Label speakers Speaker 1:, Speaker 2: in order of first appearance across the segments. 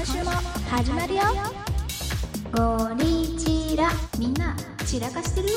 Speaker 1: 始まるよゴリチラみんな散らかしてる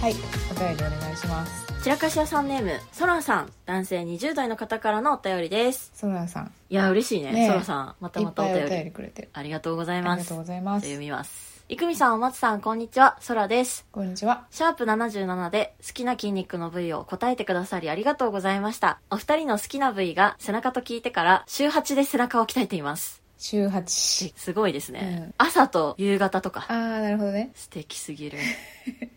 Speaker 2: はい、お便りお願いします。
Speaker 3: 散らかし屋さんネーム、ソラさん。男性20代の方からのお便りです。
Speaker 2: ソラさん、
Speaker 3: いや、嬉しいね。
Speaker 2: ねえ
Speaker 3: ソラさん。また
Speaker 2: い
Speaker 3: ま
Speaker 2: った
Speaker 3: お
Speaker 2: ぱい
Speaker 3: 便
Speaker 2: お
Speaker 3: り。
Speaker 2: 便りくれてる。
Speaker 3: ありがとうござい
Speaker 2: あ
Speaker 3: ま
Speaker 2: りが
Speaker 3: す。
Speaker 2: とう
Speaker 3: じゃ
Speaker 2: ござい
Speaker 3: あ
Speaker 2: ます
Speaker 3: 読。みます。いくみさん、おまつさん、こんにちは。ソラです。
Speaker 2: こんにちは。
Speaker 3: シャープ77で好きな筋肉の部位を答えてくださりありがとうございました。お二人の好きな部位が背中と聞いてから週8で背中を鍛えています。
Speaker 2: 週8。
Speaker 3: すごいですね。
Speaker 2: うん
Speaker 3: 朝と夕方と
Speaker 2: あ
Speaker 3: か。
Speaker 2: ー、なるほどね。
Speaker 3: 素敵すぎる。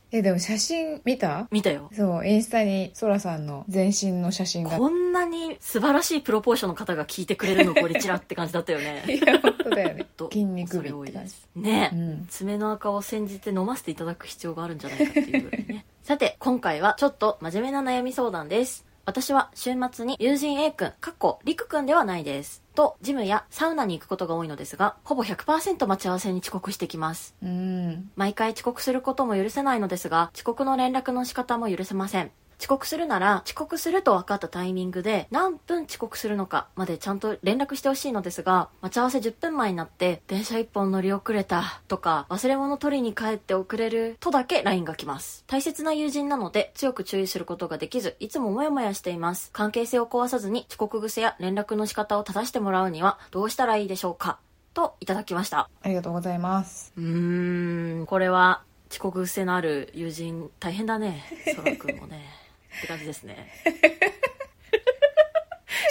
Speaker 2: え、でも写真見た
Speaker 3: 見た よ。
Speaker 2: そう、インスタにソラさんの全身の写真が。
Speaker 3: こんなに素晴らしいプロポーションの方が聞いてくれるのゴリチラって感じだったよ
Speaker 2: い
Speaker 3: ね。
Speaker 2: や、本当だ よね
Speaker 3: と。
Speaker 2: 筋肉美
Speaker 3: 恐
Speaker 2: って
Speaker 3: れ多い
Speaker 2: 感
Speaker 3: で
Speaker 2: じ。
Speaker 3: すね
Speaker 2: う
Speaker 3: え、
Speaker 2: ん。
Speaker 3: 爪の赤を煎じて飲ませていただく必要があるんじゃないかっていうぐらい ねさて今回はちょっと真面目な悩み相談です私は週末に友人 A 君かっこりくくんではないですとジムやサウナに行くことが多いのですがほぼ100%待ち合わせに遅刻してきます
Speaker 2: うん。
Speaker 3: 毎回遅刻することも許せないのですが遅刻の連絡の仕方も許せません遅刻するなら遅刻すると分かったタイミングで何分遅刻するのかまでちゃんと連絡してほしいのですが待ち合わせ10分前になって電車1本乗り遅れたとか忘れ物取りに帰って遅れるとだけ LINE が来ます大切な友人なので強く注意することができずいつもモヤモヤしています関係性を壊さずに遅刻癖や連絡の仕方を正してもらうにはどうしたらいいでしょうかといただきました
Speaker 2: ありがとうございます。
Speaker 3: うーんこれは遅刻癖のある友人大変だねそらくんもね って感じです ね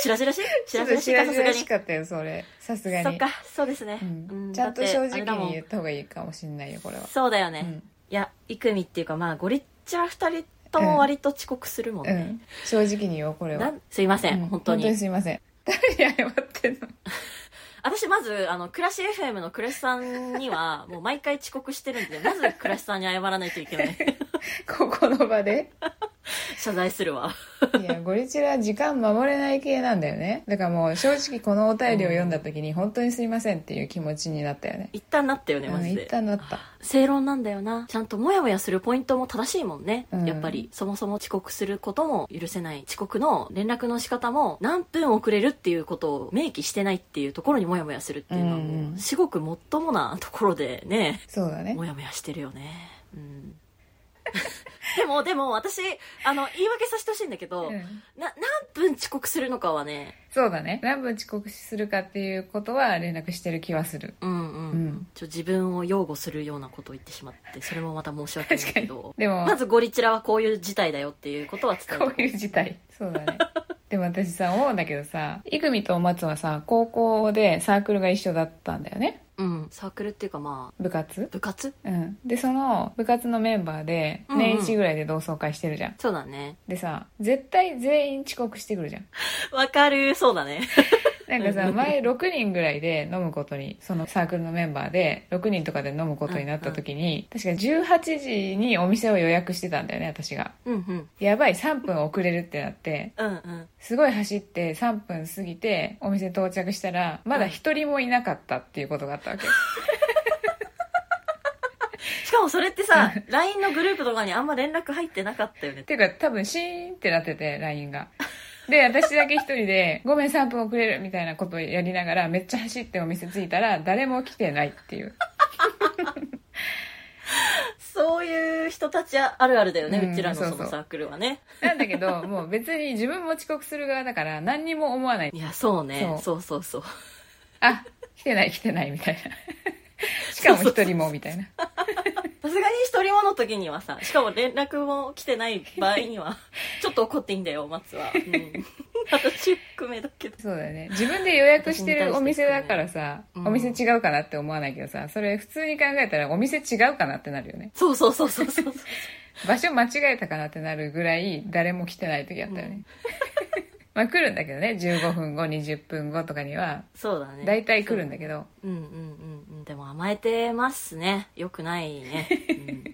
Speaker 3: しらしらしいし
Speaker 2: ちょっ
Speaker 3: らし
Speaker 2: と
Speaker 3: らしい
Speaker 2: 知
Speaker 3: からさ
Speaker 2: ず
Speaker 3: すが
Speaker 2: ら
Speaker 3: に
Speaker 2: しかったよ、それ。さすが
Speaker 3: そっ
Speaker 2: に。
Speaker 3: かそうですね、
Speaker 2: う。
Speaker 3: うんん
Speaker 2: ちゃんと
Speaker 3: だって
Speaker 2: 正
Speaker 3: あれ
Speaker 2: 直
Speaker 3: だもん
Speaker 2: に言った方がいいかもしんないよ、これは。
Speaker 3: そうだよ
Speaker 2: う
Speaker 3: ね、
Speaker 2: ん。
Speaker 3: いやいくみっていうかまあゴリッチャ2人とも割と遅刻するもん
Speaker 2: う
Speaker 3: ね、
Speaker 2: ん。正直に言おう、これ
Speaker 3: な
Speaker 2: は。
Speaker 3: すいません、
Speaker 2: うん
Speaker 3: 本当に
Speaker 2: すいません。誰に謝ってんの
Speaker 3: 私まずあの暮らし FM の暮らしさんにはもう毎回遅刻してるんでまず暮らしさんに謝らないといけない
Speaker 2: ここの場で
Speaker 3: 謝罪するわ
Speaker 2: いやゴリチラ時間守れない系なんだよねだからもう正直このお便りを読んだ時に本当にすいませんっていう気持ちになったよね
Speaker 3: 一旦なったよねマ
Speaker 2: うん
Speaker 3: ジで
Speaker 2: 一旦なった
Speaker 3: 正論なんだよなちゃんとモヤモヤするポイントも正しいもんね、
Speaker 2: うん
Speaker 3: やっぱりそもそも遅刻することも許せない遅刻の連絡の仕方も何分遅れるっていうことを明記してないっていうところにモヤモヤするっていうのは
Speaker 2: うんうん
Speaker 3: もう至極もっともなところでね
Speaker 2: そうだね
Speaker 3: モヤモヤしてるよねうんでもでも私あの言い訳させてほしいんだけど、
Speaker 2: うん
Speaker 3: な何分遅刻するのかはね
Speaker 2: そうだね何分遅刻するかっていうことは連絡してる気はする
Speaker 3: うんうん、
Speaker 2: うん
Speaker 3: ちょ自分を擁護するようなことを言ってしまってそれもまた申し訳ないけど
Speaker 2: でも
Speaker 3: まずゴリチラはこういう事態だよっていうことは伝えて
Speaker 2: こういう事態そうだ ねでも私さ思うんだけどさイグミとお松はさ高校でサークルが一緒だったんだよね
Speaker 3: うん、サークルっていうかまあ
Speaker 2: 部活
Speaker 3: 部活
Speaker 2: うん、でその部活のメンバーで
Speaker 3: うんうん
Speaker 2: 年一ぐらいで同窓会してるじゃん、
Speaker 3: そうだね
Speaker 2: でさ絶対全員遅刻してくるじゃん
Speaker 3: わかるそうだね
Speaker 2: なんか
Speaker 3: うん
Speaker 2: さ
Speaker 3: うん
Speaker 2: 前6人ぐらいで飲むことにそのサークルのメンバーで6人とかで飲むことになった時に、確か18時にお店を予約してたんだよね私が
Speaker 3: うんうん
Speaker 2: やばい3分遅れるってなって
Speaker 3: うんうん
Speaker 2: すごい走って3分過ぎてお店到着したらまだ1人もいなかったっていうことがあったわけ、
Speaker 3: しかもそれってさ LINE のグループとかにあんま連絡入ってなかったよね
Speaker 2: っていうか多分シーンってなってて LINE がで私だけ一人で「ごめん3分遅れる」みたいなことをやりながらめっちゃ走ってお店着いたら誰も来てないっていう
Speaker 3: そういう人たちあるあるだよね、う
Speaker 2: うん
Speaker 3: ちらの
Speaker 2: そう
Speaker 3: そ
Speaker 2: そう
Speaker 3: のサークルはね
Speaker 2: なんだけどもう別に自分も遅刻する側だから何にも思わない
Speaker 3: いやそうね
Speaker 2: そ
Speaker 3: そうそうそう
Speaker 2: あ来てない来てないみ たいなしかも一人もみたいな
Speaker 3: さすがに一人もの時にはさしかも連絡も来てない場合にはちょっと怒っていいんだよ松は、うん、私含めだけど
Speaker 2: そうだよね自分で予約してるお店だからさ、
Speaker 3: うん
Speaker 2: お店違うかなって思わないけどさそれ普通に考えたらお店違うかなってなるよね
Speaker 3: そうそうそうそうそうそう
Speaker 2: 場所間違えたかなってなるぐらい誰も来てない時あったよね、
Speaker 3: うん
Speaker 2: まあ来るんだけどね15分後20分後とかには
Speaker 3: そうだね
Speaker 2: 大体来るんだけど、
Speaker 3: うんうんうんうんでも甘えてますねよくないね、うん、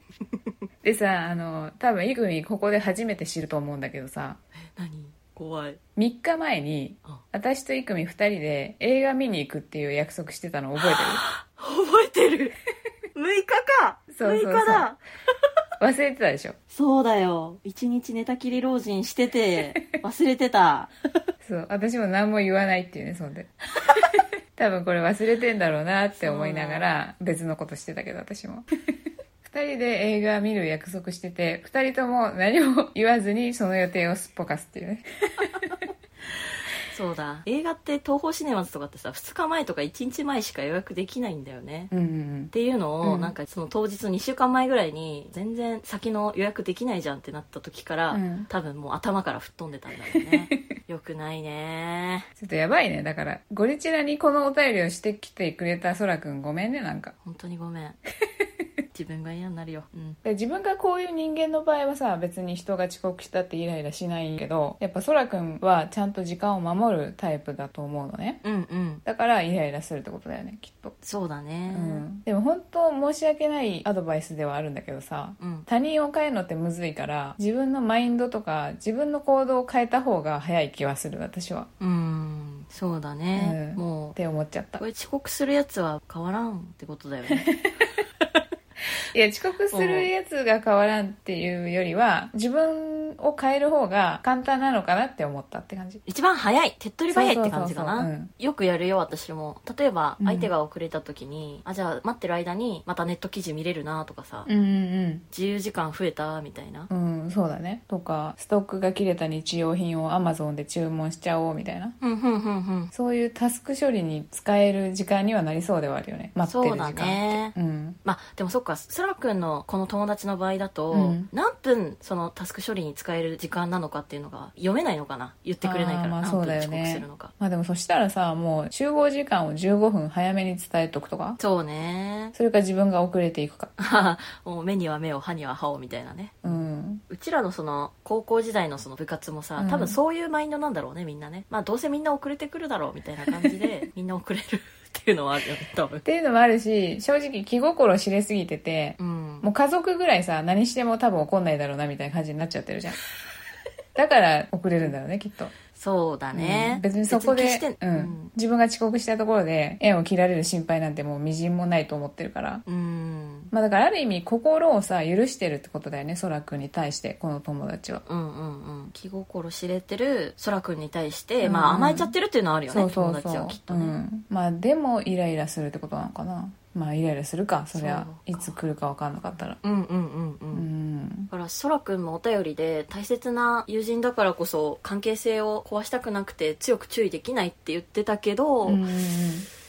Speaker 2: でさあの多分イグミここで初めて知ると思うんだけどさ
Speaker 3: 何怖い
Speaker 2: 3日前に
Speaker 3: あ
Speaker 2: 私とイクミ2人で映画見に行くっていう約束してたの覚えて
Speaker 3: 覚えてる6日か
Speaker 2: そうそうそう
Speaker 3: 6日
Speaker 2: る
Speaker 3: だ
Speaker 2: 忘れてたでしょ
Speaker 3: そうだよ一日寝たきり老人してて忘れてた
Speaker 2: そう私も何も言わないっていうねそん で多分これ忘れてんだろうなって思いながら別のことしてたけど私も二人で映画見る約束してて二人とも何も言わずにその予定をすっぽかすっていうね
Speaker 3: そうだ映画って東宝シネマズとかってさ2日前とか1日前しか予約できないんだよね
Speaker 2: うんうん
Speaker 3: っていうのを、
Speaker 2: うん
Speaker 3: なんかその当日2週間前ぐらいに全然先の予約できないじゃんってなった時から、
Speaker 2: うん
Speaker 3: 多分もう頭から吹っ飛んでたんだろうね よくないね
Speaker 2: ちょっとやばいねだからゴリチラにこのお便りをしてきてくれたそらくんごめんねなんか
Speaker 3: 本当にご めん自分が嫌になるよ、うん、
Speaker 2: で自分がこういう人間の場合はさ別に人が遅刻したってイライラしないけどやっぱそらくんはちゃんと時間を守るタイプだと思うのね
Speaker 3: うんうん
Speaker 2: だからイライラするってことだよねきっと、
Speaker 3: そうだね
Speaker 2: うん、でも本当申し訳ないアドバイスではあるんだけどさ
Speaker 3: うん、
Speaker 2: 他人を変えるのってむずいから自分のマインドとか自分の行動を変えた方が早い気はする私は
Speaker 3: うーんそうだね、
Speaker 2: うん
Speaker 3: も
Speaker 2: っ
Speaker 3: う
Speaker 2: て思っちゃった
Speaker 3: これ遅刻するやつは変わらんってことだよ ね
Speaker 2: いや遅刻するやつが変わらんっていうよりは自分を変える方が簡単なのかなって思ったって感じ
Speaker 3: 一番早い手っ取り早いって感じか
Speaker 2: そうそうそう
Speaker 3: な
Speaker 2: そう
Speaker 3: よくやるよ私も例えば
Speaker 2: うん
Speaker 3: 相手が遅れた時に、あじゃあ待ってる間にまたネット記事見れるなとかさ、
Speaker 2: うんうん
Speaker 3: 自由時間増えたみたいな
Speaker 2: うん、うん、そうだねとかストックが切れた日用品を Amazon で注文しちゃおうみたいな
Speaker 3: うんうんうんうん
Speaker 2: そういうタスク処理に使える時間にはなりそうではあるよね待ってる
Speaker 3: そう
Speaker 2: 時間
Speaker 3: だ
Speaker 2: って
Speaker 3: ね
Speaker 2: うん
Speaker 3: まあでもそっかそらくんのこの友達の場合だと、
Speaker 2: うん
Speaker 3: 何分そのタスク処理に使える時間なのかっていうのが読めないのかな言ってくれないか
Speaker 2: あー
Speaker 3: ら、
Speaker 2: まあ
Speaker 3: 何
Speaker 2: そう
Speaker 3: 分
Speaker 2: だよ
Speaker 3: 遅
Speaker 2: ね
Speaker 3: 刻するのか
Speaker 2: まあでもそしたらさもう集合時間を15分早めに伝えとくとか
Speaker 3: そうね
Speaker 2: それか自分が遅れていくか
Speaker 3: もう目には目を歯には歯をみたいなね
Speaker 2: うん
Speaker 3: うちらのその高校時代のその部活もさ、
Speaker 2: うん
Speaker 3: 多分そういうマインドなんだろうねみんなねまあどうせみんな遅れてくるだろうみたいな感じで みんな遅れるっていうのはあるよね多分
Speaker 2: っていうのもあるし正直気心知れすぎてて
Speaker 3: うん
Speaker 2: もう家族ぐらいさ何しても多分怒んないだろうなみたいな感じになっちゃってるじゃんだから遅れるんだよねきっと、
Speaker 3: そうだね、
Speaker 2: うん別にそこで
Speaker 3: 別に決して
Speaker 2: うん
Speaker 3: うん、
Speaker 2: 自分が遅刻したところで縁を切られる心配なんてもうみじんもないと思ってるから
Speaker 3: うん
Speaker 2: まあだからある意味心をさ許してるってことだよね空くんに対してこの友達は、
Speaker 3: うんうんうん気心知れてるそらくんに対して、
Speaker 2: うん
Speaker 3: まあ甘えちゃってるっていうのはあるよね
Speaker 2: そうそう
Speaker 3: 友
Speaker 2: そう
Speaker 3: 達はきっとね、
Speaker 2: うん、まあでもイライラするってことなのかなまあイライラするかそりゃ
Speaker 3: そう
Speaker 2: い
Speaker 3: か
Speaker 2: つ来るか分かんなかったら
Speaker 3: うん、うんうんうん
Speaker 2: うん
Speaker 3: だからそらくんもお便りで大切な友人だからこそ関係性を壊したくなくて強く注意できないって言ってたけど、
Speaker 2: うんうんうん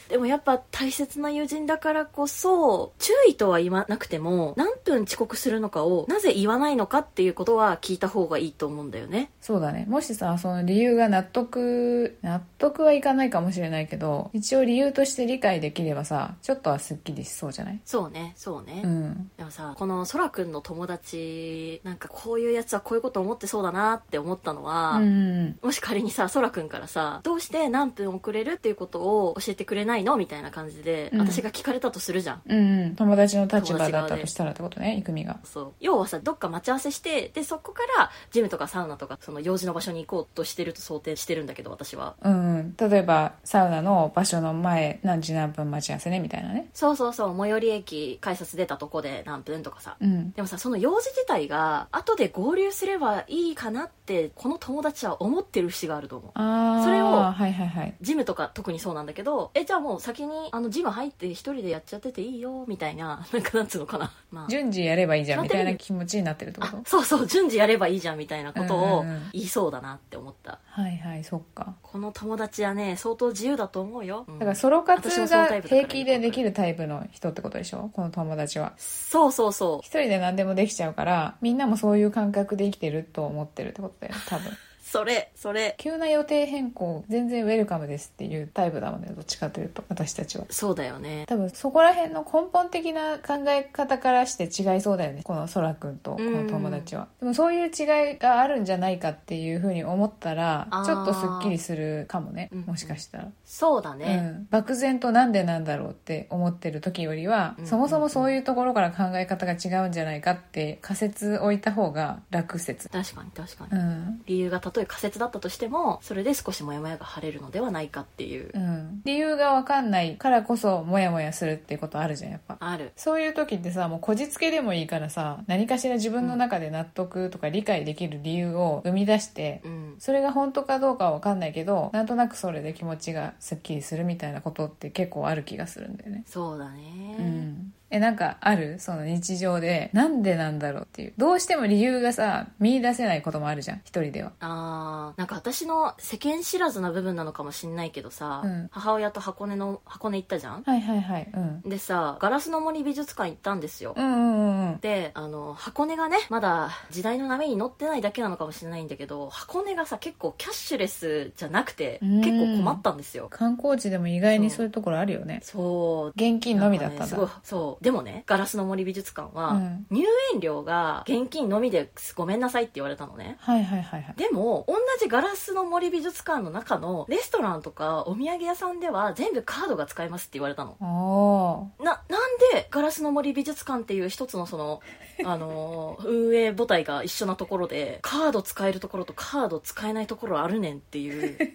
Speaker 3: でもやっぱ大切な友人だからこそ注意とは言わなくても何分遅刻するのかをなぜ言わないのかっていうことは聞いた方がいいと思うんだよね
Speaker 2: そうだねもしさその理由が納得納得はいかないかもしれないけど一応理由として理解できればさちょっとはすっきりしそうじゃない
Speaker 3: そうねそうね、
Speaker 2: うん
Speaker 3: でもさこのそらくんの友達なんかこういうやつはこういうこと思ってそうだなって思ったのは、
Speaker 2: うん
Speaker 3: もし仮にさ、そらくんからさ、どうして何分遅れるっていうことを教えてくれないのみたいな感じで、
Speaker 2: うん
Speaker 3: 私が聞かれたとするじゃん。
Speaker 2: うんうん友達の立
Speaker 3: 友
Speaker 2: 場
Speaker 3: 達
Speaker 2: だっ
Speaker 3: 側
Speaker 2: た
Speaker 3: で
Speaker 2: としたらってことね郁美が
Speaker 3: そう。要はさ、どっか待ち合わせして、で、そこから、ジムとかサウナとか、その用事の場所に行こうとしてると想定してるんだけど、私は。
Speaker 2: うんうん例えばサウナの場所の前何時何分待ち合わせねみたいなね
Speaker 3: そうそうそう、最寄り駅、改札出たとこで何分とかさ。
Speaker 2: うん
Speaker 3: でもさ、その用事自体が、後で合流すればいいかなって、この友達は思ってる節があると思う。
Speaker 2: ああ
Speaker 3: それを
Speaker 2: はいはいはい
Speaker 3: ジムとか特にそうなんだけど、え、じゃあもう先に、あの、ジム入って一人でやっちゃってていいよ、みたいな、 なんかなんつうのかな。まあ、
Speaker 2: 順次やればいいじゃんみたいな
Speaker 3: 勝
Speaker 2: 気持ちになってるってこ
Speaker 3: あ
Speaker 2: と
Speaker 3: そうそう、順次やればいいじゃん、みたいなこと
Speaker 2: う
Speaker 3: を
Speaker 2: んうんうん
Speaker 3: 言いそうだなって思った。
Speaker 2: はいはいそっか
Speaker 3: この友達はね、相当自由だと思うよ。うん
Speaker 2: だからソロ活
Speaker 3: 私もそのタ
Speaker 2: が
Speaker 3: イプだから
Speaker 2: 平気でできるタイプの人ってことでしょこの友達は
Speaker 3: そうそうそ
Speaker 2: 一人で何でもできちゃうからみんなもそういう感覚で生きてると思ってるってことだよ多 分
Speaker 3: う。それ、それ。
Speaker 2: 急な予定変更全然ウェルカムですっていうタイプだもんねどっちかというと私たちは
Speaker 3: そうだよね。
Speaker 2: 多分そこら辺の根本的な考え方からして違いそうだよねこのそらくんとこの友達はでもそういう違いがあるんじゃないかっていうふうに思ったら
Speaker 3: あー
Speaker 2: ちょっとすっきりするかもね
Speaker 3: うんうん
Speaker 2: もしかしたら
Speaker 3: そうだね。
Speaker 2: うん、漠然となんでなんだろうって思ってる時よりは、
Speaker 3: うん
Speaker 2: そもそもそういうところから考え方が違うんじゃないかって仮説置いた方が楽説
Speaker 3: 確かに確かに。
Speaker 2: うん、
Speaker 3: 理由がたとえ仮説だったとしても、それで少しモヤモヤが晴れるのではないかっていう。
Speaker 2: うん、理由が分かんないからこそモヤモヤするっていうことあるじゃんやっぱ
Speaker 3: ある。
Speaker 2: そういう時ってさもうこじつけでもいいからさ何かしら自分の中で納得とか理解できる理由を生み出して、
Speaker 3: うん。
Speaker 2: それが本当かどうかは分かんないけどなんとなくそれで気持ちがすっきりするみたいなことって結構ある気がするんだよね
Speaker 3: そうだ
Speaker 2: う
Speaker 3: ね、
Speaker 2: んえなんかあるその日常でなんでなんだろうっていうどうしても理由がさ見出せないこともあるじゃん一人では
Speaker 3: あーなんか私の世間知らずな部分なのかもしんないけどさ、
Speaker 2: うん
Speaker 3: 母親と箱根の箱根行ったじゃん
Speaker 2: はいはいはいうん
Speaker 3: でさガラスの森美術館行ったんですよ、
Speaker 2: うんうんうんうん
Speaker 3: であの箱根がねまだ時代の波に乗ってないだけなのかもしれないんだけど箱根がさ結構キャッシュレスじゃなくて
Speaker 2: うん
Speaker 3: 結構困ったんですよ
Speaker 2: 観光地でも意外にそういうところあるよね
Speaker 3: そう
Speaker 2: 現金のみだっ
Speaker 3: な
Speaker 2: た
Speaker 3: ん
Speaker 2: ん
Speaker 3: か
Speaker 2: だ
Speaker 3: ねすごいそうでもねガラスの森美術館は、
Speaker 2: うん
Speaker 3: 入園料が現金のみですごめんなさいって言われたのね
Speaker 2: はいはいはいはい
Speaker 3: でも同じガラスの森美術館の中のレストランとかお土産屋さんでは全部カードが使えますって言われたの
Speaker 2: お
Speaker 3: ななんでガラスの森美術館っていう一つのそ の、あのー運営母体が一緒なところでカード使えるところとカード使えないところあるねんっていう え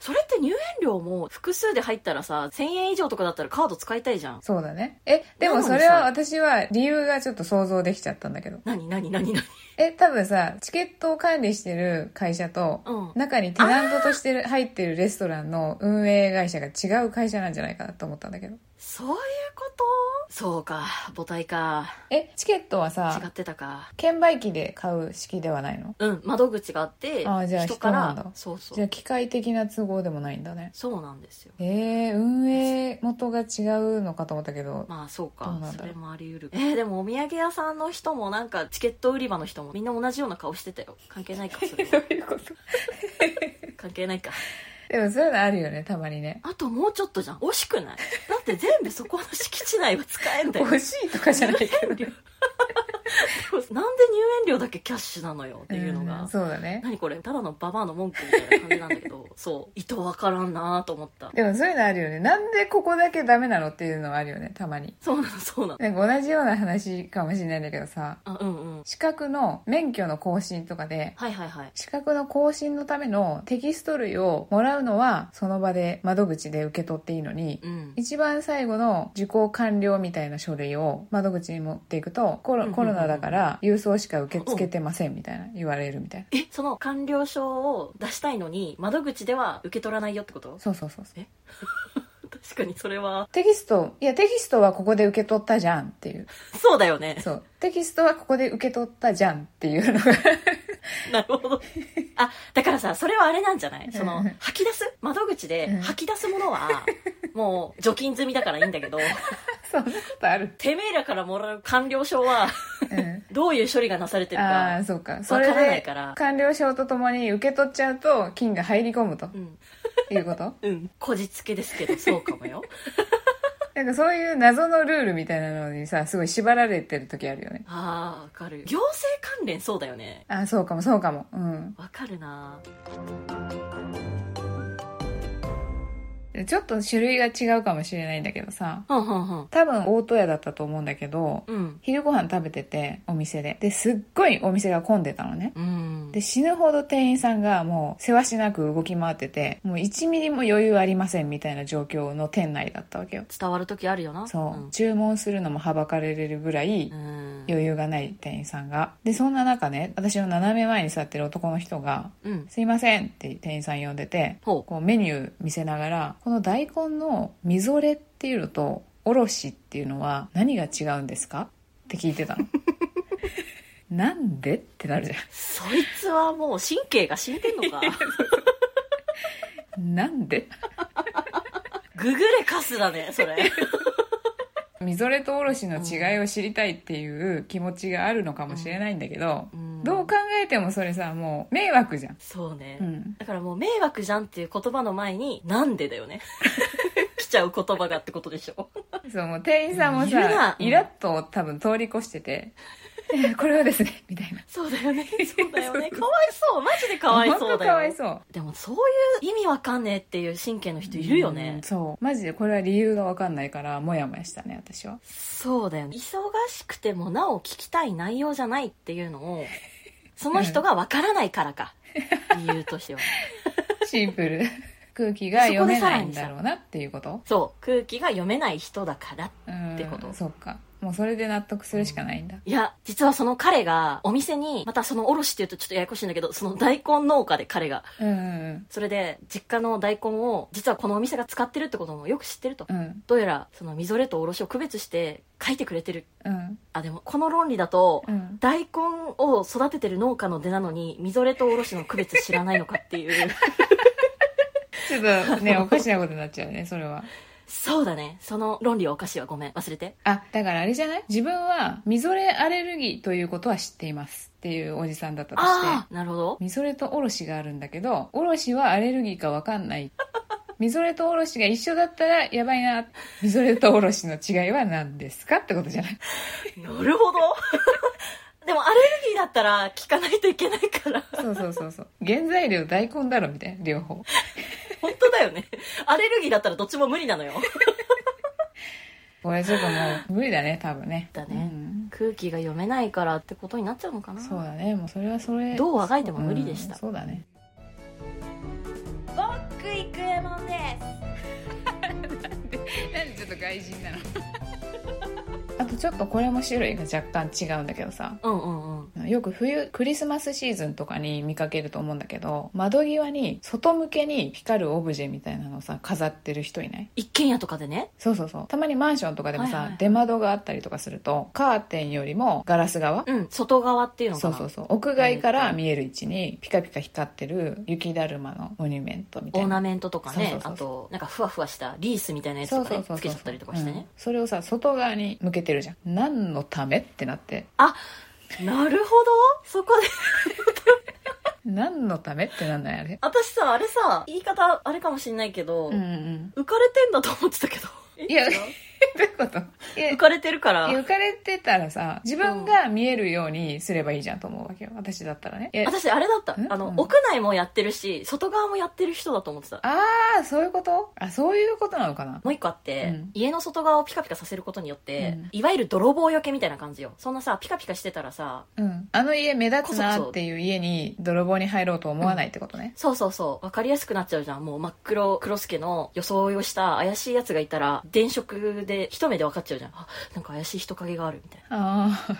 Speaker 3: それって入園料も複数で入ったらさ1000円以上とかだったらカード使いたいじゃん
Speaker 2: そうだねえでもそれは私は理由がちょっと想像できちゃったんだけど
Speaker 3: 何何何何
Speaker 2: え多分さチケットを管理してる会社と
Speaker 3: うん
Speaker 2: 中にテナントとしてる入ってるレストランの運営会社が違う会社なんじゃないかなと思ったんだけど
Speaker 3: そういうことそうか母体か
Speaker 2: えチケットは
Speaker 3: 違っ
Speaker 2: さ
Speaker 3: てたか
Speaker 2: 券売機で買う式ではないの
Speaker 3: うん窓口があって
Speaker 2: あーじゃあ
Speaker 3: 人か
Speaker 2: 人なんだ
Speaker 3: らそうそ
Speaker 2: じゃ
Speaker 3: う
Speaker 2: あ機械的な都合でもないんだね
Speaker 3: そうなんですよ
Speaker 2: えー、運営元が違うのかと思ったけど
Speaker 3: まあそう
Speaker 2: ど
Speaker 3: か
Speaker 2: うなんだ
Speaker 3: そ
Speaker 2: ろう
Speaker 3: れもあり得るえー、でもお土産屋さんの人もなんかチケット売り場の人もみんな同じような顔してたよ関係ないかそ れは
Speaker 2: ういうこと
Speaker 3: 関係ないか
Speaker 2: でもそういうのあるよねたまにね
Speaker 3: あともうちょっとじゃん惜しくないだって全部そこの敷地内は使 えんだよ
Speaker 2: 欲しいとかじゃないけど
Speaker 3: 入園料なんで入園料だけキャッシュなのよっていうのが、
Speaker 2: んそうだね
Speaker 3: 何これただのババアの文句みたいな感じなんだけど そう意図わからんなと思った
Speaker 2: でもそういうのあるよねなんでここだけダメなのっていうのはあるよねたまに
Speaker 3: そうなのそうなの
Speaker 2: なんか同じような話かもしれないんだけどさ
Speaker 3: あうんうん
Speaker 2: 資格の免許の更新とかで
Speaker 3: はいはいはい
Speaker 2: 資格の更新のためのテキスト類をもらうのはその場で窓口で受け取っていいのに
Speaker 3: うん
Speaker 2: 一番最後の受講完了みたいな書類を窓口に持っていくとコ
Speaker 3: うん
Speaker 2: ロ
Speaker 3: うんうん
Speaker 2: コロナだから郵送しか受け付けてませんみたいな言われるみたい
Speaker 3: えその完了証を出したいのに窓口では受け取らないよってこと
Speaker 2: なそうそうそうそう
Speaker 3: 確かにそれは
Speaker 2: テキストいやテキストはここで受け取ったじゃんって いう
Speaker 3: そうだよね
Speaker 2: そうテキストはここで受け取ったじゃんっていうのが
Speaker 3: なるほどあだからさそれはあれなんじゃないそ
Speaker 2: うん
Speaker 3: の吐き出す窓口
Speaker 2: う
Speaker 3: で
Speaker 2: ん
Speaker 3: 吐き出すものはもう除菌済みだからいいん だけど
Speaker 2: そんなことある、
Speaker 3: てめえらからもらう完了証は
Speaker 2: うん
Speaker 3: どういう処理がなされてる
Speaker 2: ああ
Speaker 3: か
Speaker 2: ーそうかそ
Speaker 3: わか
Speaker 2: れ
Speaker 3: らない
Speaker 2: で
Speaker 3: から
Speaker 2: 完了証とともに受け取っちゃうと金が入り込むと
Speaker 3: うん
Speaker 2: いうこと
Speaker 3: うんこじつけですけどそうかも よ
Speaker 2: なんかそういう謎のルールみたいなのにさすごい縛られてる時あるよね
Speaker 3: ああわかる行政関連そうだよね
Speaker 2: あーそうかもそうかもうん
Speaker 3: わかるな
Speaker 2: でちょっと種類が違うかもしれないんだけどさ
Speaker 3: うんうんうん
Speaker 2: 多分大戸屋だったと思うんだけど
Speaker 3: うん
Speaker 2: 昼ご飯食べててお店でですっごいお店が混んでたのね
Speaker 3: うん
Speaker 2: で死ぬほど店員さんがもうせわしなく動き回っててもう1ミリも余裕ありませんみたいな状況の店内だったわけよ
Speaker 3: 伝わる時あるよな
Speaker 2: そう、注文するのもはばかれるぐらい
Speaker 3: うん
Speaker 2: 余裕がない店員さんがでそんな中ね私の斜め前に座ってる男の人が
Speaker 3: う
Speaker 2: 「
Speaker 3: ん
Speaker 2: すいません」って店員さん呼んでて
Speaker 3: ほ
Speaker 2: こうメニュー見せながらこの大根のみぞれっていうのとおろしっていうのは何が違うんですかって聞いてた のなんでってなるじゃん
Speaker 3: うそいつはもう神経が死んで んのか
Speaker 2: なんで
Speaker 3: ググレカスだねそれ
Speaker 2: みぞれとおろしの違いを知りたいっていう気持ちがあるのかもしれないんだけど、
Speaker 3: うん
Speaker 2: どう考えてもそれさもう迷惑じゃん、
Speaker 3: そうね、
Speaker 2: うん、
Speaker 3: だからもう迷惑じゃんっていう言葉の前に「なんで」だよ ね来ちゃう言葉がってことでしょ
Speaker 2: そうもう店員さんも
Speaker 3: 言う
Speaker 2: さ
Speaker 3: な
Speaker 2: イラッと多分通り越して て「えこれはですね」みたいな
Speaker 3: そうだよねそうだよねかわいそうマジでかわいそ
Speaker 2: 本
Speaker 3: う
Speaker 2: 当
Speaker 3: だ
Speaker 2: か
Speaker 3: よ
Speaker 2: わいそう
Speaker 3: でもそういう意味わかんねえっていう神経の人いるよね、
Speaker 2: うんそうマジでこれは理由が分かんないからモヤモヤしたね私 は
Speaker 3: そうだよね忙しくてもなお聞きたい内容じゃないっていうの をその人がわからないからか理由としては
Speaker 2: シンプル空気が読めないんだろうなっていうこと
Speaker 3: そう空気が読めない人だから
Speaker 2: うん
Speaker 3: ってこと
Speaker 2: そっかもうそれで納得するしかないんだ。
Speaker 3: いや、実はその彼が、お店に、またそのおろしって言うとちょっとややこしいんだけど、その大根農家で彼が。
Speaker 2: うんうん
Speaker 3: それで、実家の大根を、実はこのお店が使ってるってこともよく知ってると。
Speaker 2: うん。うん
Speaker 3: どうやら、そのみぞれとおろしを区別して書いてくれてる。
Speaker 2: うん
Speaker 3: あ、でも、この論理だと、
Speaker 2: うん。
Speaker 3: 大根を育ててる農家の出なのに、みぞれとおろしの区別知らないのかっていう。
Speaker 2: ちょっと ね、おかしなことになっちゃうね、それは。
Speaker 3: そうだね。その論理はおかしいわ。ごめん。忘れて。
Speaker 2: あ、だからあれじゃない自分は、みぞれアレルギーということは知っていますっていうおじさんだったとして
Speaker 3: あ、あなるほど。
Speaker 2: みぞれとおろしがあるんだけど、おろしはアレルギーかわかんない。 みぞれとおろしが一緒だったらやばいな。みぞれとおろしの違いは何ですかってことじゃない
Speaker 3: なるほど。 でも、アレルギーだったら、聞かないといけないから。
Speaker 2: そうそうそうそう。原材料大根だろみたいな、両方。
Speaker 3: 本当だよね。アレルギーだったらどっちも無理なのよ。
Speaker 2: これちょっともう無理だね、多分ね。
Speaker 3: だね
Speaker 2: うん
Speaker 3: 空気が読めないからってことになっちゃうのかな
Speaker 2: そうだね、もうそれはそれ。
Speaker 3: どうあがいても無理でした
Speaker 2: うんそうだね。
Speaker 3: 僕イクエモンで
Speaker 2: な
Speaker 3: す
Speaker 2: んでちょっと外人なの あとちょっとこれも種類が若干違うんだけどさ。
Speaker 3: うんうんうん
Speaker 2: よく冬、クリスマスシーズンとかに見かけると思うんだけど、窓際に外向けに光るオブジェみたいなのをさ、飾ってる人いない
Speaker 3: 一軒家とかでね
Speaker 2: そうそうそう。たまにマンションとかでもさ、
Speaker 3: はいはい
Speaker 2: 出窓があったりとかすると、カーテンよりもガラス側、
Speaker 3: うん外側っていうの
Speaker 2: そう
Speaker 3: かな
Speaker 2: そうそう。屋外から見える位置にピカピカ光ってる雪だるまのモニュメントみた
Speaker 3: オー
Speaker 2: い
Speaker 3: ナ
Speaker 2: な。
Speaker 3: メントとか
Speaker 2: そうそ
Speaker 3: ね
Speaker 2: うそう
Speaker 3: あとなんかふわふわしたリースみたいなやつ
Speaker 2: そ
Speaker 3: と
Speaker 2: う
Speaker 3: か
Speaker 2: そうそ
Speaker 3: ね
Speaker 2: うそう
Speaker 3: つけちゃったりとかして
Speaker 2: うん
Speaker 3: ね、
Speaker 2: それをさ外側に向けてるじゃん何のためってなって
Speaker 3: なるほどそこで
Speaker 2: 何のためってなんないあれ
Speaker 3: 私さあれさ言い方あれかもしんないけど、
Speaker 2: うんうん
Speaker 3: 浮かれてんだと思ってたけど
Speaker 2: いや
Speaker 3: え違
Speaker 2: どういうこというや
Speaker 3: 浮かれてるから
Speaker 2: いや浮かれてたらさ自分が見えるようにすればいいじゃんと思うわけよ私だったらねいや
Speaker 3: 私あれだった
Speaker 2: うん
Speaker 3: あの、
Speaker 2: うん
Speaker 3: 屋内もやってるし外側もやってる人だと思ってた
Speaker 2: ああそういうことあそういうことなのかな
Speaker 3: もう一個あって、
Speaker 2: うん
Speaker 3: 家の外側をピカピカさせることによって、
Speaker 2: うん
Speaker 3: いわゆる泥棒よけみたいな感じよそんなさピカピカしてたらさ
Speaker 2: うんあの家目立つな
Speaker 3: こそこそ
Speaker 2: っていう家に泥棒に入ろうと思わないってことね、
Speaker 3: そうそうそう分かりやすくなっちゃうじゃんもう真っ黒黒助の装いをした怪しいやつがいたら電飾で一目で分かっちゃうじゃんあなんか怪しい人影があるみたいな
Speaker 2: ああ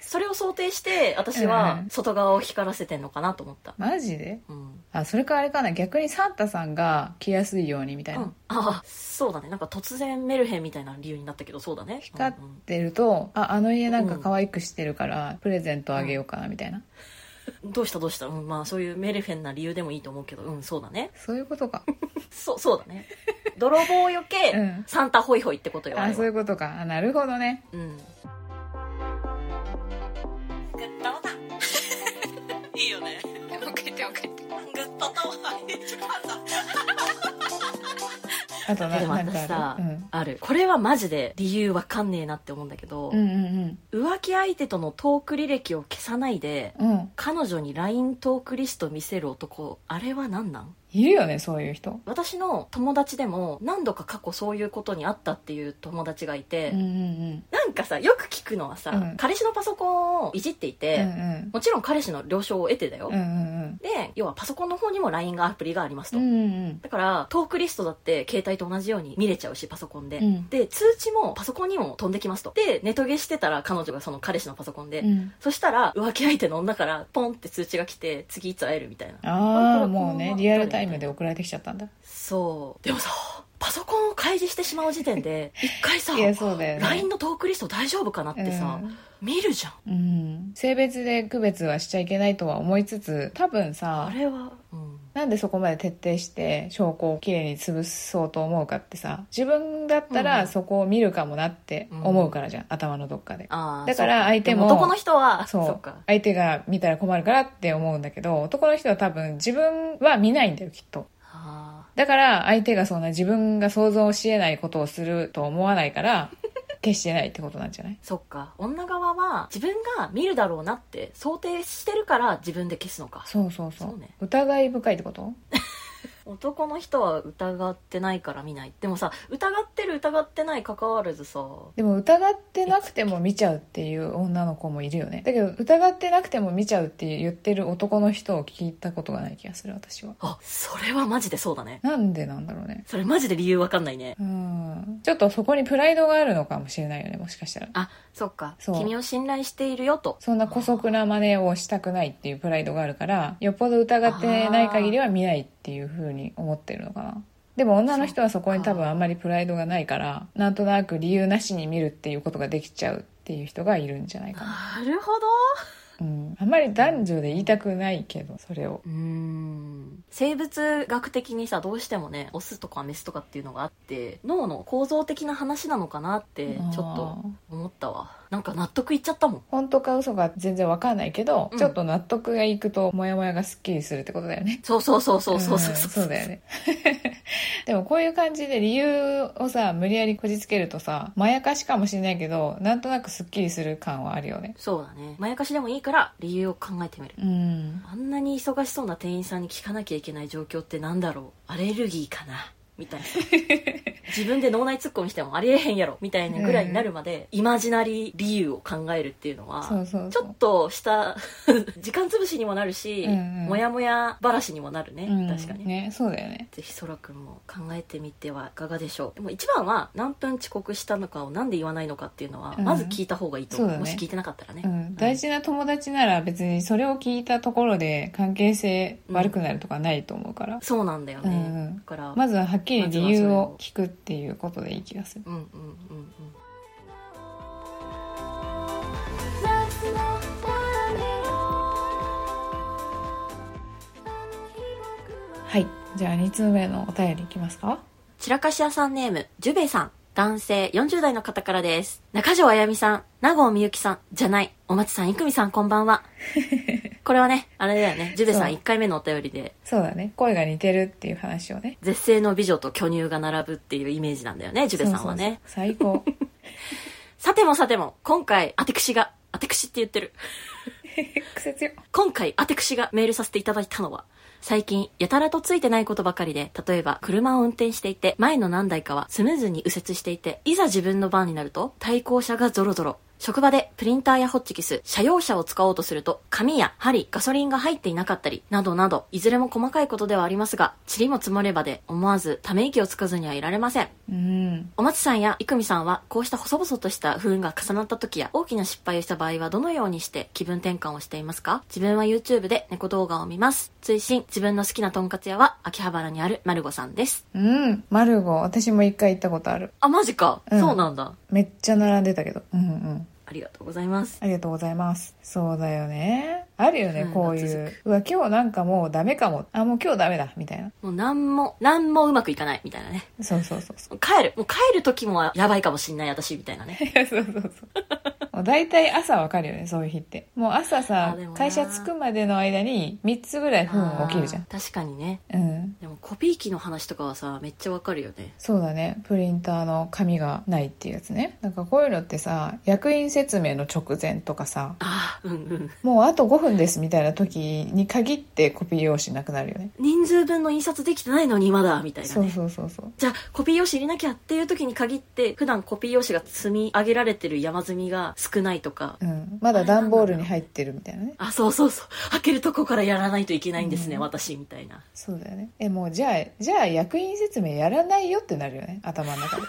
Speaker 3: それを想定して私
Speaker 2: う
Speaker 3: は
Speaker 2: ん
Speaker 3: 外側を光らせてんのかなと思った
Speaker 2: マジで
Speaker 3: うん、
Speaker 2: あそれかあれかな逆にサンタさんが来やすいようにみたいな、
Speaker 3: うん、ああそうだねなんか突然メルヘンみたいな理由になったけどそうだね
Speaker 2: 光っ
Speaker 3: うんうん
Speaker 2: てるとああの家なんか可愛くしてるからプレゼントあげようかなみたいな、
Speaker 3: どうしたどうした、うん、まあそういうメルヘンな理由でもいいと思うけどうんそうだね
Speaker 2: そういうこと か
Speaker 3: そう、そうだね。泥棒よけ、
Speaker 2: うん
Speaker 3: サンタホイホイってことよ。
Speaker 2: あ
Speaker 3: れは
Speaker 2: そういうことかあなるほどね
Speaker 3: うん。グッドだ。いいよね。グッドと
Speaker 2: あとな
Speaker 3: でも
Speaker 2: なん
Speaker 3: 私
Speaker 2: かあ、
Speaker 3: さ
Speaker 2: る、うん
Speaker 3: ある。これはマジで理由わかんねえなって思うんだけど、
Speaker 2: うんうん
Speaker 3: 浮気相手とのトーク履歴を消さないで、
Speaker 2: うんうん
Speaker 3: 彼女に LINE トークリスト見せる男、あれは何なん
Speaker 2: いるよねそういう人
Speaker 3: 私の友達でも何度か過去そういうことにあったっていう友達がいて、
Speaker 2: うんうん
Speaker 3: なんかさよく聞くのはさ、
Speaker 2: うん
Speaker 3: 彼氏のパソコンをいじってい
Speaker 2: うんう
Speaker 3: て、
Speaker 2: ん
Speaker 3: もちろん彼氏の了承を得てだよ、
Speaker 2: うんうん
Speaker 3: で要はパソコンの方にも LINE がアプリがあります
Speaker 2: う
Speaker 3: と、
Speaker 2: んうん
Speaker 3: だからトークリストだって携帯と同じように見れちゃうしパソコンで、
Speaker 2: うん
Speaker 3: で通知もパソコンにも飛んできますとでネトゲしてたら彼女がその彼氏のパソコンで、
Speaker 2: うん
Speaker 3: そしたら浮気相手の女からポンって通知が来て次いつ会えるみたいな
Speaker 2: ああ
Speaker 3: これこれ
Speaker 2: もうね
Speaker 3: これ
Speaker 2: リアルタイムで送られてきちゃったんだ
Speaker 3: そうでもさパソコンを開示してしまう時点 で一回さ
Speaker 2: いやそうだよね
Speaker 3: LINE のトークリスト大丈夫かなってさ、見るじゃん
Speaker 2: うん、うん、性別で区別はしちゃいけないとは思いつつ多分
Speaker 3: あ
Speaker 2: さ
Speaker 3: れは、うん、
Speaker 2: なんでそこまで徹底して証拠をきれいに潰そうと思うかってさ自分だった
Speaker 3: うんう
Speaker 2: ら
Speaker 3: ん
Speaker 2: そこを見るかもなって思うからじゃん、頭のどっかで
Speaker 3: あー
Speaker 2: だから
Speaker 3: そう
Speaker 2: 相手も
Speaker 3: で男の人は
Speaker 2: そう
Speaker 3: そっか
Speaker 2: 相手が見たら困るからって思うんだけど男の人は多分自分は見ないんだよきっと
Speaker 3: あ
Speaker 2: だから相手がそんな自分が想像しえないことをすると思わないから決してないってことなんじゃない
Speaker 3: ーそっか女側は自分が見るだろうなって想定してるから自分で消すのか
Speaker 2: そうそうそう
Speaker 3: そうね
Speaker 2: 疑い深いってこと
Speaker 3: 男の人は疑ってないから見ないでもさ疑ってる疑ってない関わらずさ
Speaker 2: でも疑ってなくても見ちゃうっていう女の子もいるよねだけど疑ってなくても見ちゃうって言ってる男の人を聞いたことがない気がする私は
Speaker 3: あそれはマジでそうだね
Speaker 2: なんでなんだろうね
Speaker 3: それマジで理由わかんないね
Speaker 2: うんちょっとそこにプライドがあるのかもしれないよねもしかしたら
Speaker 3: あそっか
Speaker 2: そう
Speaker 3: 君を信頼しているよと
Speaker 2: そんな姑息な真似をしたくないっていうプライドがあるからよっぽど疑ってない限りは見ないっていうふうに思ってるのかなでも女の人はそこに多分あんまりプライドがないからなんとなく理由なしに見るっていうことができちゃうっていう人がいるんじゃないかな、
Speaker 3: なるほど
Speaker 2: うん、あんまり男女で言いたくないけどそれを
Speaker 3: うーん生物学的にさどうしてもねオスとかメスとかっていうのがあって脳の構造的な話なのかなってちょっと
Speaker 2: あー
Speaker 3: 思ったわなんか納得いっちゃったもん
Speaker 2: 本当か嘘か全然わかんないけど、
Speaker 3: うん
Speaker 2: ちょっと納得がいくとモヤモヤがすっきりするってことだよね
Speaker 3: そうそうそうそうそうそう
Speaker 2: うんそうだよね でもこういう感じで理由をさ無理やりこじつけるとさまやかしかもしれないけどなんとなくすっきりする感はあるよね
Speaker 3: そうだねまやかしでもいいから理由を考えてみる
Speaker 2: うん
Speaker 3: あんなに忙しそうな店員さんに聞かなきゃいけない状況ってなんだろうアレルギーかなみ たいな自分で脳内ツッコミしてもありえへんやろみたいなぐらいになるまで、イマジナリー理由を考えるっていうのは
Speaker 2: そうそう
Speaker 3: ち
Speaker 2: そ
Speaker 3: ょ
Speaker 2: う
Speaker 3: っとした 時間潰しにもなるし、
Speaker 2: うんうん
Speaker 3: もやもや話にもなるね、
Speaker 2: うん
Speaker 3: 確かに
Speaker 2: ねそうだよね
Speaker 3: ぜひそらくんも考えてみてはいかがでしょうでも一番は何分遅刻したのかをなんで言わないのかっていうのは、
Speaker 2: うん
Speaker 3: まず聞いた方がいいと思
Speaker 2: そ
Speaker 3: う
Speaker 2: うだね
Speaker 3: もし聞いてなかったらね、
Speaker 2: うん、大事な友達なら別にそれを聞いたところで関係性悪くなるとかないと思うから、
Speaker 3: そうなんだよね、
Speaker 2: うんうん
Speaker 3: だから、
Speaker 2: まずははっきり理由を聞くっていうことでいい気がする
Speaker 3: うんうんうんうん
Speaker 2: はいじゃあ2通目のお便りいきますか
Speaker 3: 散らかし屋さんネーム、ジュベイさん。男性40代の方からです。中条あやみさん、名郷みゆきさん、じゃない、お松さん、いくみさん、こんば んは。これはね、あれだよね、ジュベイさん
Speaker 2: そう
Speaker 3: 1回目のお便りで、
Speaker 2: そうだね声が似てるっていう話をね
Speaker 3: 絶世の美女と巨乳が並ぶっていうイメージなんだよね、ジュベイさんはね。
Speaker 2: そうそうそう最高
Speaker 3: さてもさても、今回、あてくしが、あてくしって言ってる。
Speaker 2: 苦節よ
Speaker 3: 今回、あてくしがメールさせていただいたのは、最近、やたらとついてないことばかりで、例えば、車を運転していて、前の何台かはスムーズに右折していて、いざ自分の番になると、対向車がゾロゾロ。職場でプリンターやホッチキス、車用車を使おうとすると、紙や針、ガソリンが入っていなかったり、などなど、いずれも細かいことではありますが、塵も積もればで、思わずため息をつかずにはいられません。
Speaker 2: うん
Speaker 3: お松さんや生見さんはこうした細々とした不運が重なった時や大きな失敗をした場合はどのようにして気分転換をしていますか自分は YouTube で猫動画を見ます追伸自分の好きなとんかつ屋は秋葉原にあるマルゴさんです
Speaker 2: うんマルゴ私も一回行ったことある
Speaker 3: あマジか、
Speaker 2: うん
Speaker 3: そうなんだ
Speaker 2: めっちゃ並んでたけどうんうん
Speaker 3: ありがとうございます
Speaker 2: ありがとうございますそうだよねあるよね、
Speaker 3: うん
Speaker 2: こうい
Speaker 3: 懐
Speaker 2: ううわ今日なんかもうダメかもあもう今日ダメだみたいな
Speaker 3: もう何も何もうまくいかないみたいなね
Speaker 2: そうそうそうそ
Speaker 3: 帰るもう帰る時もやばいかもしんない私みたいなね
Speaker 2: う いやそうそうそうもう大体朝わかるよねそういう日ってもう朝
Speaker 3: あ
Speaker 2: さ
Speaker 3: でもな
Speaker 2: 会社着くまでの間に3つぐらい不運起きるじゃ
Speaker 3: あー確かにね
Speaker 2: んうん
Speaker 3: でもコピー機の話とかはさめっちゃわかるよね
Speaker 2: そうだねプリンターの紙がないっていうやつねなんかこういうのってさ役員説明の直前とかさ
Speaker 3: ああうんうん
Speaker 2: もうあと5分ですみたいな時に限ってコピー用紙なくなるよね
Speaker 3: 人数分の印刷できてないのにまだみたいなね
Speaker 2: そうそうそうそう
Speaker 3: じゃあコピー用紙入れなきゃっていう時に限って普段コピー用紙が積み上げられてる山積みが少ないとか、
Speaker 2: うん、まだ段ボールに入ってるみたいなね
Speaker 3: あそうそうそう開けるとこからやらないといけないんですね、
Speaker 2: うん
Speaker 3: 私みたいな
Speaker 2: そうだよねえもうじゃあじゃあ役員説明やらないよってなるよね頭の中で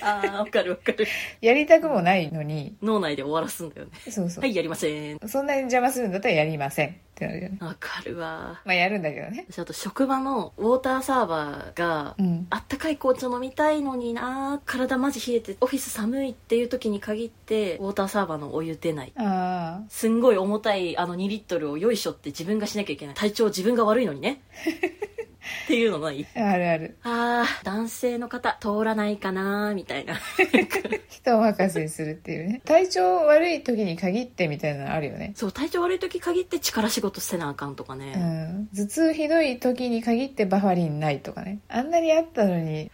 Speaker 3: あーわかるわかる
Speaker 2: やりたくもないのに
Speaker 3: 脳内で終わらすんだよね
Speaker 2: そうそう、
Speaker 3: はいやりません
Speaker 2: そんなに邪魔するんだったらやりませんってなるよね
Speaker 3: わかるわ
Speaker 2: まあやるんだけどね
Speaker 3: 私あと職場のウォーターサーバーが
Speaker 2: うん
Speaker 3: あったかい紅茶飲みたいのにな体マジ冷えてオフィス寒いっていう時に限ってウォーターサーバーのお湯出ない
Speaker 2: ああ
Speaker 3: すんごい重たいあの2リットルをよいしょって自分がしなきゃいけない体調自分が悪いのにねっていうのない
Speaker 2: あるある
Speaker 3: あー男性の方通らないかなみたいな
Speaker 2: 人任せにするっていうね体調悪い時に限ってみたいなのあるよね
Speaker 3: そう体調悪い時限って力仕事せなあかんとか
Speaker 2: う
Speaker 3: ね、
Speaker 2: ん頭痛ひどい時に限ってバファリンないとかねあんなにあったのに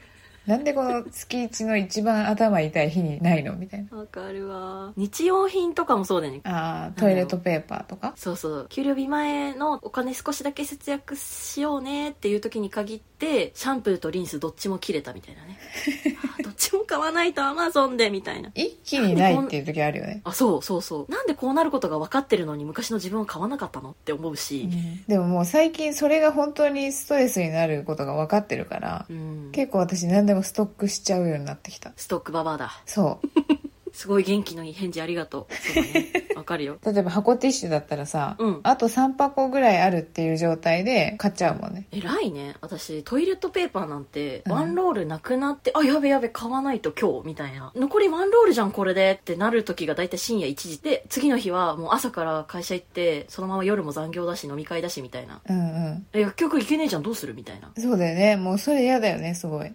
Speaker 2: なんでこの月一の一番頭痛い日にないのみたいな。
Speaker 3: わかるわ日用品とかもそうだよね
Speaker 2: ああ、トイレットペーパーとか。
Speaker 3: そうそう給料日前のお金少しだけ節約しようねっていう時に限ってシャンプーとリンスどっちも切れたみたいなねあどっちも買わないとアマゾンでみたいな
Speaker 2: 一気にないっていう時あるよね。
Speaker 3: あそうそうそうなんでこうなることが分かってるのに昔の自分は買わなかったのって思うし、
Speaker 2: でももう最近それが本当にストレスになることが分かってるから、
Speaker 3: うん、
Speaker 2: 結構私何でもストックしちゃうようになってきた。
Speaker 3: ストックババアだ
Speaker 2: そう。
Speaker 3: すごい元気のいい返事ありがとうそうだねわかるよ
Speaker 2: 例えば箱ティッシュだったらさ、
Speaker 3: うん
Speaker 2: あと3箱ぐらいあるっていう状態で買っちゃうもんね。
Speaker 3: 偉いね私トイレットペーパーなんて
Speaker 2: うん
Speaker 3: ワンロールなくなって、あやべやべ買わないと今日みたいな残りワンロールじゃんこれでってなる時が大体深夜1時で次の日はもう朝から会社行ってそのまま夜も残業だし飲み会だしみたいな
Speaker 2: うんうん。
Speaker 3: え薬局行けねえじゃんどうするみたいな
Speaker 2: そうだよね。もうそれ嫌だよね、すご い。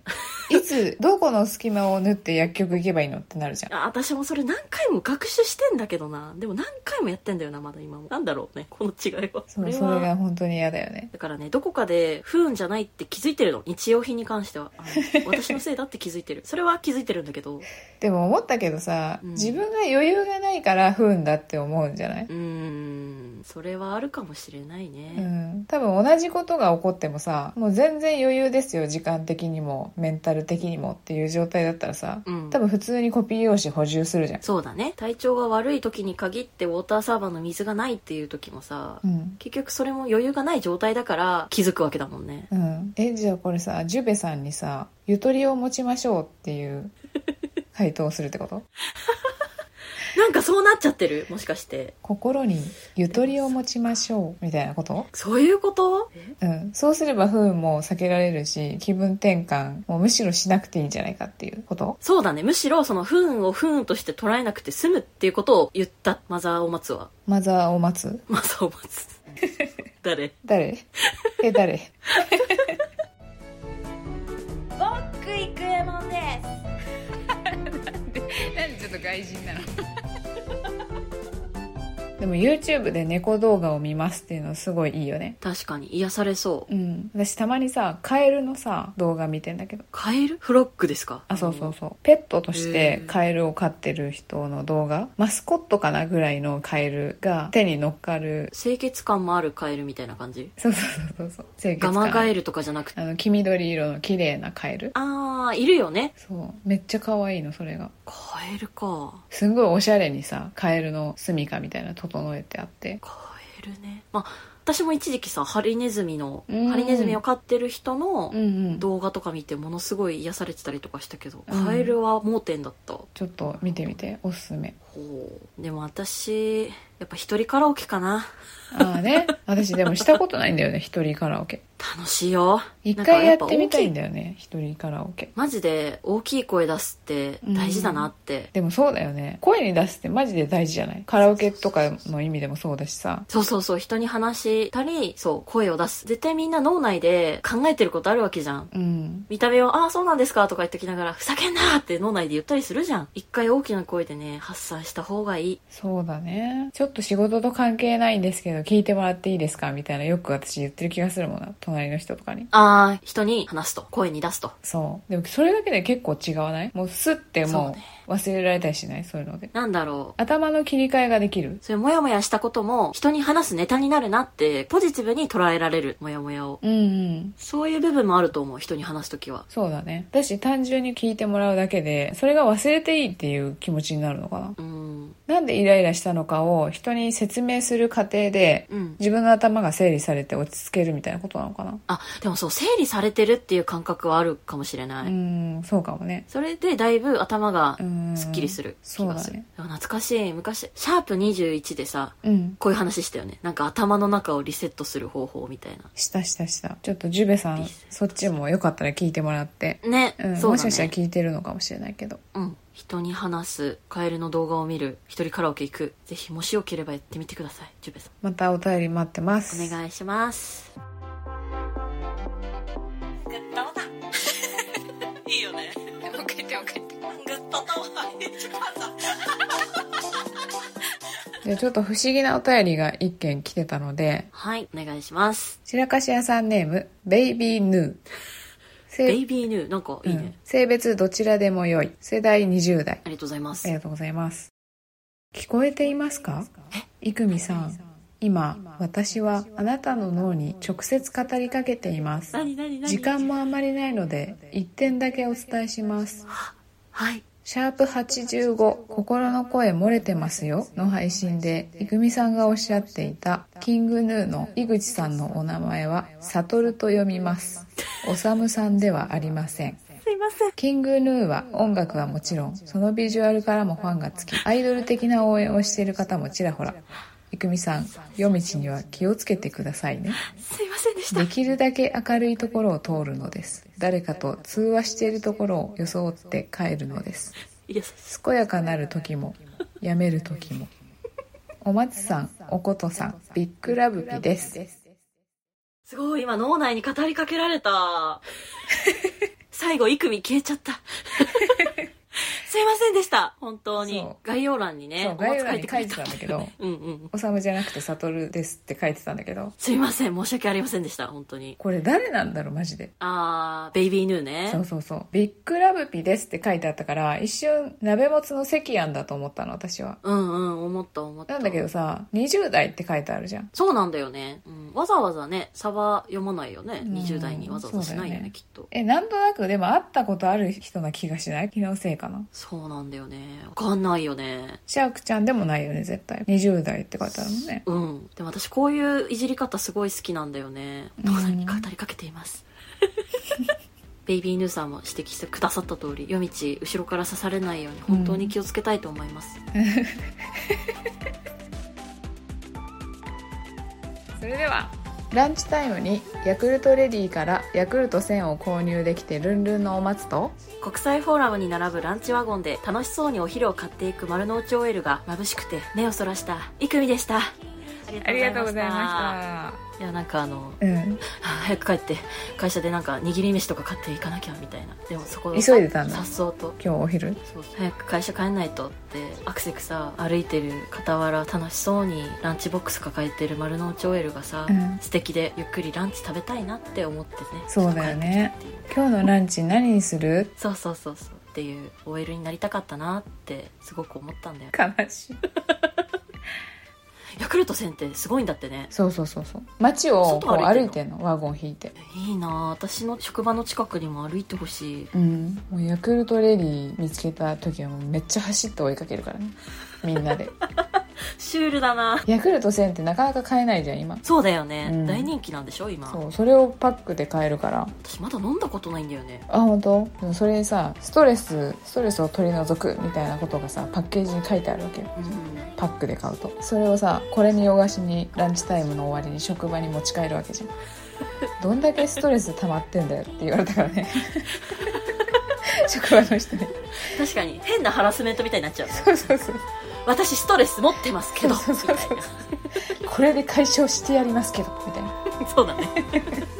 Speaker 2: いつ、どこの隙間を縫って薬局行けばいいのってなるじゃん。
Speaker 3: あ私もそれ何回も学習してんだけどなでも何回もやってんだよなまだ今もなんだろうねこの違いは
Speaker 2: そう、
Speaker 3: こ
Speaker 2: それが本当に嫌だよね。
Speaker 3: だからねどこかで不運じゃないって気づいてるの日用品に関してはあ の私のせいだって気づいてるそれは気づいてるんだけど
Speaker 2: でも思ったけどさ、
Speaker 3: うん、
Speaker 2: 自分が余裕がないから不運だって思うんじゃないう
Speaker 3: ーんそれはあるかもしれないね、
Speaker 2: うん、多分同じことが起こってもさもう全然余裕ですよ時間的にもメンタル的にもっていう状態だったらさ、
Speaker 3: うん
Speaker 2: 多分普通にコピー用紙補充するじゃん、
Speaker 3: そうだね体調が悪い時に限ってウォーターサーバーの水がないっていう時もさ、
Speaker 2: うん
Speaker 3: 結局それも余裕がない状態だから気づくわけだもんね
Speaker 2: うん、えじゃあこれさジュベさんにさ「ゆとりを持ちましょう」っていう 回答をするってこと
Speaker 3: なんかそうなっちゃってるもしかして
Speaker 2: 心にゆとりを持ちましょうみたいなこと
Speaker 3: そういうこと
Speaker 2: うん。そうすれば不運も避けられるし、気分転換もむしろしなくていいんじゃないかっていうこと
Speaker 3: そうだねむしろその不運を不運として捉えなくて済むっていうことを言ったマザーを待つは
Speaker 2: マザーを待つ
Speaker 3: マザーを 待つ誰
Speaker 2: 誰え、誰
Speaker 3: 僕イクエモンです
Speaker 2: なんでちょっと外人なの でも YouTube で猫動画を見ますっていうのすごいいいよね。
Speaker 3: 確かに癒されそう
Speaker 2: うん。私たまにさ、カエルのさ、動画見てんだけど。
Speaker 3: カエルフロッグですか
Speaker 2: あ、そうそうそう。ペットとして
Speaker 3: へー
Speaker 2: カエルを飼ってる人の動画マスコットかなぐらいのカエルが手に乗っかる。
Speaker 3: 清潔感もあるカエルみたいな感じ
Speaker 2: そうそうそうそう。清
Speaker 3: ガマガエ
Speaker 2: ル。
Speaker 3: ルとかじゃなくて
Speaker 2: あの、黄緑色の綺麗なカエル。
Speaker 3: あーいるよね
Speaker 2: そう。めっちゃ可愛いの、それが。
Speaker 3: カエルか
Speaker 2: すんごいおしゃれにさ、カエルの住処みたいなの整えてあって。
Speaker 3: カエルねまあ私も一時期さハリネズミの
Speaker 2: うん
Speaker 3: ハリネズミを飼ってる人の
Speaker 2: うんうん。
Speaker 3: 動画とか見てものすごい癒されてたりとかしたけど、
Speaker 2: うん
Speaker 3: カエルは盲点だったほ
Speaker 2: ちょっと見てみておすすめ
Speaker 3: うでも私やっぱ一人カラオケかな
Speaker 2: ああね私でもしたことないんだよね 一人カラオケ
Speaker 3: 楽しいよ
Speaker 2: 一回やってみ
Speaker 3: み
Speaker 2: た
Speaker 3: た
Speaker 2: い
Speaker 3: い
Speaker 2: んだよね一人カラオケ
Speaker 3: マジで大きい声出すって大事だなって、
Speaker 2: でもそうだよね声に出すってマジで大事じゃないカラオケとかの意味でもそうだしさ
Speaker 3: そうそうそう人に話したりそう声を出す絶対みんな脳内で考えてることあるわけじゃん
Speaker 2: うん
Speaker 3: 見た目を「ああそうなんですか」とか言ってきながら「ふざけんな!」って脳内で言ったりするじゃん一回大きな声でね発散した方がいい
Speaker 2: そうだねちょっと仕事と関係ないんですけど聞いてもらっていいですかみたいなよく私言ってる気がするもんな隣の人とかに
Speaker 3: ああ人に話すと声に出すと
Speaker 2: そうでもそれだけで結構違わないもうスッて
Speaker 3: そう
Speaker 2: も
Speaker 3: ね
Speaker 2: う忘れられたりしないそういうので
Speaker 3: なんだろう
Speaker 2: 頭の切り替えができる
Speaker 3: そういうモヤモヤしたことも人に話すネタになるなってポジティブに捉えられるモヤモヤを
Speaker 2: うんうん
Speaker 3: そういう部分もあると思う人に話す時は
Speaker 2: そうだね。だし単純に聞いてもらうだけで、それが忘れていいっていう気持ちになるのかな。
Speaker 3: うん
Speaker 2: なんでイライラしたのかを人に説明する過程で、
Speaker 3: うん
Speaker 2: 自分の頭が整理されて落ち着けるみたいなことなのかな。
Speaker 3: あでもそう整理されてるっていう感覚はあるかもしれない、
Speaker 2: うーん、そうかもね。
Speaker 3: それでだいぶ頭が
Speaker 2: うーん。
Speaker 3: すっきりする気
Speaker 2: そう
Speaker 3: が
Speaker 2: だ
Speaker 3: する、
Speaker 2: ね。
Speaker 3: でも懐かしい昔シャープ21でさ
Speaker 2: うん。
Speaker 3: こういう話したよねなんか頭の中をリセットする方法みたい
Speaker 2: したしたした。ちょっとジュベさん、そっちもよかったら聞いてもらって。
Speaker 3: なね、
Speaker 2: うん、
Speaker 3: そう
Speaker 2: も
Speaker 3: だ
Speaker 2: し
Speaker 3: ね
Speaker 2: かしたら聞いてるのかもしれないけど。
Speaker 3: うん人に話すカエルの動画を見る一人カラオケ行くぜひもしよければやってみてくださいジュベさ
Speaker 2: またお便り待ってます。
Speaker 3: んお願いしますグッドだ いいよね
Speaker 2: もう一回言ってもう一回言って
Speaker 3: グッドとは一番だ
Speaker 2: じゃあちょっと不思議なお便りが一件来てたので、
Speaker 3: はいお願いします
Speaker 2: 散らかし屋さんネーム、ベイビーヌー。性
Speaker 3: ベイビーヌー。なんかいいね。
Speaker 2: うん性別どちらでもよい。世代20代。
Speaker 3: ありがとうございま
Speaker 2: あ
Speaker 3: す
Speaker 2: り。がとうございます。聞こえていますかいくみさん、今、私はあなたの脳に直接語りかけています。
Speaker 3: 何何何
Speaker 2: 時間もあまりないので、一点だけお伝えします。
Speaker 3: はい。
Speaker 2: シャープ85、心の声漏れてますよの配信で、いくみさんがおっしゃっていた、キングヌーの井口さんのお名前は、サトルと読みます。おさむさんではありません。
Speaker 3: すいません。
Speaker 2: キングヌーは音楽はもちろん、そのビジュアルからもファンがつき、アイドル的な応援をしている方もちらほら。いくみさん、夜道には気をつけてくださいね。
Speaker 3: すいませんでした。
Speaker 2: できるだけ明るいところを通るのです。誰かと通話しているところを装って帰るのです。
Speaker 3: いや、
Speaker 2: 健やかなる時も、やめる時も。お松さん、おことさん、ビッグラブピです。
Speaker 3: すごい、今脳内に語りかけら れた。最後、イクミ消えちゃった。すいませんでした。本当に
Speaker 2: そう。
Speaker 3: 概要欄にね、
Speaker 2: そう、
Speaker 3: お待
Speaker 2: 概
Speaker 3: ち
Speaker 2: 要欄
Speaker 3: 書い
Speaker 2: に
Speaker 3: て
Speaker 2: 書
Speaker 3: くれ
Speaker 2: いて
Speaker 3: た
Speaker 2: たんだけど、
Speaker 3: うんうん。
Speaker 2: おさむじゃなくてサトルですって書いてたんだけど、
Speaker 3: すいません、申し訳ありませんでした。本当に。
Speaker 2: これ誰なんだろう、マジで。
Speaker 3: あー、ベイビーヌーね
Speaker 2: そ。うそうそう。ビッグラブピですって書いてあったから、一瞬、鍋もつの関庵だと思ったの、私は。
Speaker 3: うんうん、思った思った。
Speaker 2: なんだけどさ、20代って書いてあるじゃん。
Speaker 3: そうなんだよね、うんわざわざね、差は読まないよね。
Speaker 2: うん
Speaker 3: 20代にわざわざしな
Speaker 2: そ
Speaker 3: いよね、
Speaker 2: うだよね
Speaker 3: きっと。
Speaker 2: え、なんとなく、でも会ったことある人な気がしない気のせいかな。
Speaker 3: そうなんだよね。わかんないよね。
Speaker 2: シャークちゃんでもないよね、絶対。20代って書いてあるもんね。
Speaker 3: うん。でも私こういういじり方すごい好きなんだよね。
Speaker 2: うん
Speaker 3: 父さんに語りかけて います。ベイビーヌーさんも指摘してくださった通り、夜道後ろから刺されないように本当に気をつけたいと思います。
Speaker 2: それでは。ランチタイムにヤクルトレディからヤクルト1000を購入できてルンルンのお松と
Speaker 3: 国際フォーラムに並ぶランチワゴンで楽しそうにお昼を買っていく丸の内 OL が眩しくて目をそらしたイクミでした。あいや、なんかあの、
Speaker 2: りがとうございまし
Speaker 3: はあ早く帰って会社でなんか握り飯とか買っていかなきゃみたいなでもそこ
Speaker 2: 急いでたんだ
Speaker 3: さっそうと
Speaker 2: た今日お昼
Speaker 3: そう早く会社帰んないとってアクセクさ歩いてる傍ら楽しそうにランチボックス抱えてる丸の内 OL がさ、
Speaker 2: うん
Speaker 3: 素敵でゆっくりランチ食べたいなって思ってね
Speaker 2: そうだよね
Speaker 3: ちょっと帰ってきたっていう
Speaker 2: 今日のランチ何にする
Speaker 3: そうそうそうそうっていう OL になりたかったなってすごく思ったんだよ
Speaker 2: 悲しい
Speaker 3: ヤクルト1000ってすごいんだってね
Speaker 2: そうそうそうそう街をこう
Speaker 3: 外歩
Speaker 2: 歩
Speaker 3: い
Speaker 2: い
Speaker 3: て
Speaker 2: てんのワゴン引いて
Speaker 3: いいなあ私の職場の近くにも歩いてほしい
Speaker 2: うんもうヤクルトレディ見つけた時はもうめっちゃ走って追いかけるからねみんなで
Speaker 3: シュールだな
Speaker 2: ヤクルト1000ってなかなか買えないじゃん今
Speaker 3: そうだよね、
Speaker 2: うん
Speaker 3: 大人気なんでしょ今
Speaker 2: そうそれをパックで買えるから
Speaker 3: 私まだ飲んだことないんだよね
Speaker 2: あ本当でもそれさストレスストレスを取り除くみたいなことがさパッケージに書いてあるわけよ
Speaker 3: うん
Speaker 2: パックで買うとそれをさこれに洋菓子にランチタイムの終わりに職場に持ち帰るわけじゃんどんだけストレス溜まってんだよって言われたからね職場の人に
Speaker 3: 確かに変なハラスメントみたいになっちゃう
Speaker 2: そうそうそう
Speaker 3: 私ストレス持ってますけどみ
Speaker 2: そうそうそう
Speaker 3: たいな
Speaker 2: これで解消してやりますけどみたいな
Speaker 3: そうだね